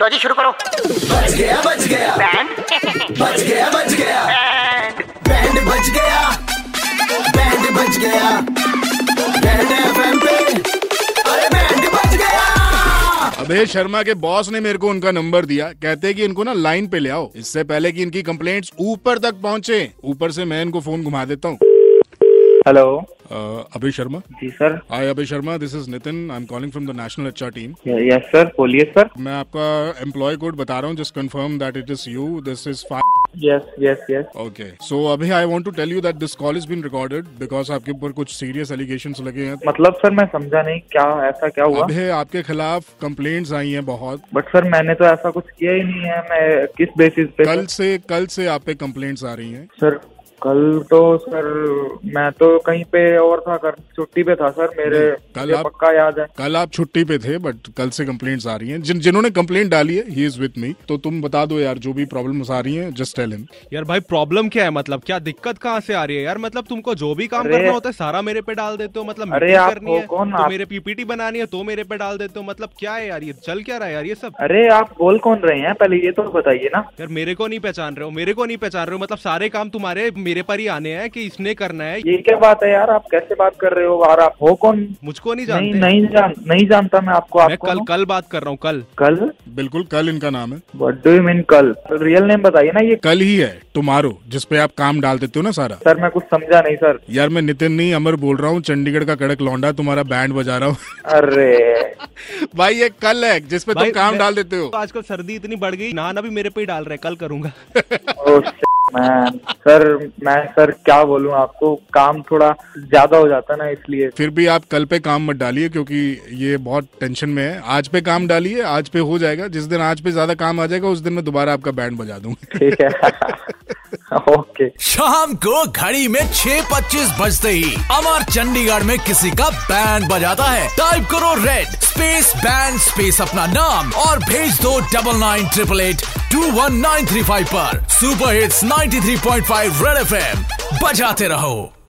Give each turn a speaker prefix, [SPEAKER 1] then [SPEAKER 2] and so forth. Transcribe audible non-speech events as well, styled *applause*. [SPEAKER 1] लो जी शुरू करो
[SPEAKER 2] बच गया बच गया
[SPEAKER 1] बैंड
[SPEAKER 2] बच गया बच गया बैंड बच गया बैंड बच गया बैंड एफएम पे अरे बैंड बच गया
[SPEAKER 3] अबे शर्मा के बॉस ने मेरे को उनका नंबर दिया कहते कि इनको ना लाइन पे ले आओ इससे पहले कि इनकी कंप्लेंट्स ऊपर तक पहुंचे ऊपर से मैं इनको फोन घुमा देता हूँ
[SPEAKER 4] hello
[SPEAKER 3] uh, Abhay Sharma
[SPEAKER 4] ji sir
[SPEAKER 3] hi Abhay Sharma this is Nitin I am calling from the national HR team
[SPEAKER 4] yes sir बोलिए सर
[SPEAKER 3] मैं आपका एम्प्लॉय कोड बता रहा हूँ just confirm that it is you this is
[SPEAKER 4] yes yes yes
[SPEAKER 3] okay so अभी I want to tell you that this call is been recorded because आपके ऊपर कुछ सीरियस एलिगेशंस लगे हैं
[SPEAKER 4] मतलब सर मैं समझा नहीं क्या ऐसा क्या हुआ
[SPEAKER 3] अभी आपके खिलाफ कंप्लेंट्स आई हैं बहुत
[SPEAKER 4] बट सर मैंने तो ऐसा कुछ किया ही नहीं है मैं किस बेसिस पे
[SPEAKER 3] कल से कल से आप पे कंप्लेंट्स आ रही हैं
[SPEAKER 4] सर कल तो सर मैं तो कहीं पे और था कर छुट्टी पे था सर मेरे
[SPEAKER 3] कल
[SPEAKER 4] मुझे
[SPEAKER 3] आप-
[SPEAKER 4] पक्का याद है
[SPEAKER 3] कल आप छुट्टी पे थे बट कल से कंप्लेंट्स आ रही हैं जिन जिन्होंने कंप्लेंट डाली है ही इज विद मी तो तुम बता दो यार जो भी प्रॉब्लम्स आ रही हैं जस्ट टेल हिम
[SPEAKER 5] यार भाई प्रॉब्लम क्या है मतलब क्या दिक्कत कहाँ से आ रही है यार मतलब तुमको जो भी काम
[SPEAKER 4] अरे-
[SPEAKER 5] करना होता है सारा मेरे पे डाल देते हो मतलब
[SPEAKER 4] अरे
[SPEAKER 5] meeting
[SPEAKER 4] आप
[SPEAKER 5] करनी
[SPEAKER 4] हो
[SPEAKER 5] है
[SPEAKER 4] कौन?
[SPEAKER 5] तो
[SPEAKER 4] आप-
[SPEAKER 5] मेरे पीपीटी बनानी है तो मेरे पे डाल देते हो मतलब क्या है यार ये चल क्या रहा है यार ये सब
[SPEAKER 4] अरे आप बोल कौन रहे हैं पहले ये तो बताइए ना
[SPEAKER 5] यार मेरे को नहीं पहचान रहे हो मेरे को नहीं पहचान रहे हो मतलब सारे काम तुम्हारे मेरे पर ही आने हैं कि इसने करना है
[SPEAKER 4] ये क्या बात है यार आप कैसे बात कर रहे हो और आप हो कौन
[SPEAKER 5] मुझको नहीं
[SPEAKER 4] नहीं
[SPEAKER 5] जानते
[SPEAKER 4] नहीं जान नहीं जानता मैं आपको
[SPEAKER 5] मैं
[SPEAKER 4] आप
[SPEAKER 5] कल
[SPEAKER 4] कौन हो?
[SPEAKER 5] कल बात कर रहा हूँ कल
[SPEAKER 4] कल
[SPEAKER 3] बिल्कुल कल इनका नाम है
[SPEAKER 4] व्हाट डू यू मीन कल रियल नेम बताइए ना ये
[SPEAKER 3] कल ही है टुमारो जिसपे आप काम डाल देते हो ना सारा
[SPEAKER 4] सर मैं कुछ समझा नहीं सर
[SPEAKER 3] यार मैं नितिन नहीं अमर बोल रहा हूँ चंडीगढ़ का कड़क लौंडा तुम्हारा बैंड बजा रहा हूँ
[SPEAKER 4] अरे
[SPEAKER 3] *laughs* भाई ये कल है जिसपे तुम
[SPEAKER 5] भाई,
[SPEAKER 3] काम
[SPEAKER 5] मैं-
[SPEAKER 3] डाल देते हो
[SPEAKER 5] तो आजकल सर्दी इतनी बढ़ गई नहाना भी मेरे पे ही डाल रहे हैं कल करूंगा
[SPEAKER 4] ओ मैन सर मैं सर क्या बोलूं आपको काम थोड़ा ज्यादा हो जाता ना इसलिए
[SPEAKER 3] फिर भी आप कल पे काम मत डालिए क्योंकि ये बहुत टेंशन में है आज पे काम डालिए आज पे हो जाएगा जिस दिन आज पे ज्यादा काम आ जाएगा उस दिन मैं दोबारा आपका बैंड बजा दूंगा
[SPEAKER 4] ठीक *laughs* है ओके
[SPEAKER 6] शाम को घड़ी में छह पच्चीस बजते ही अमर चंडीगढ़ में किसी का बैंड बजाता है टाइप करो रेड स्पेस बैंड स्पेस अपना नाम और भेज दो double nine triple eight two one nine three five पर सुपर हिट्स 93.5 रेड एफएम बजाते रहो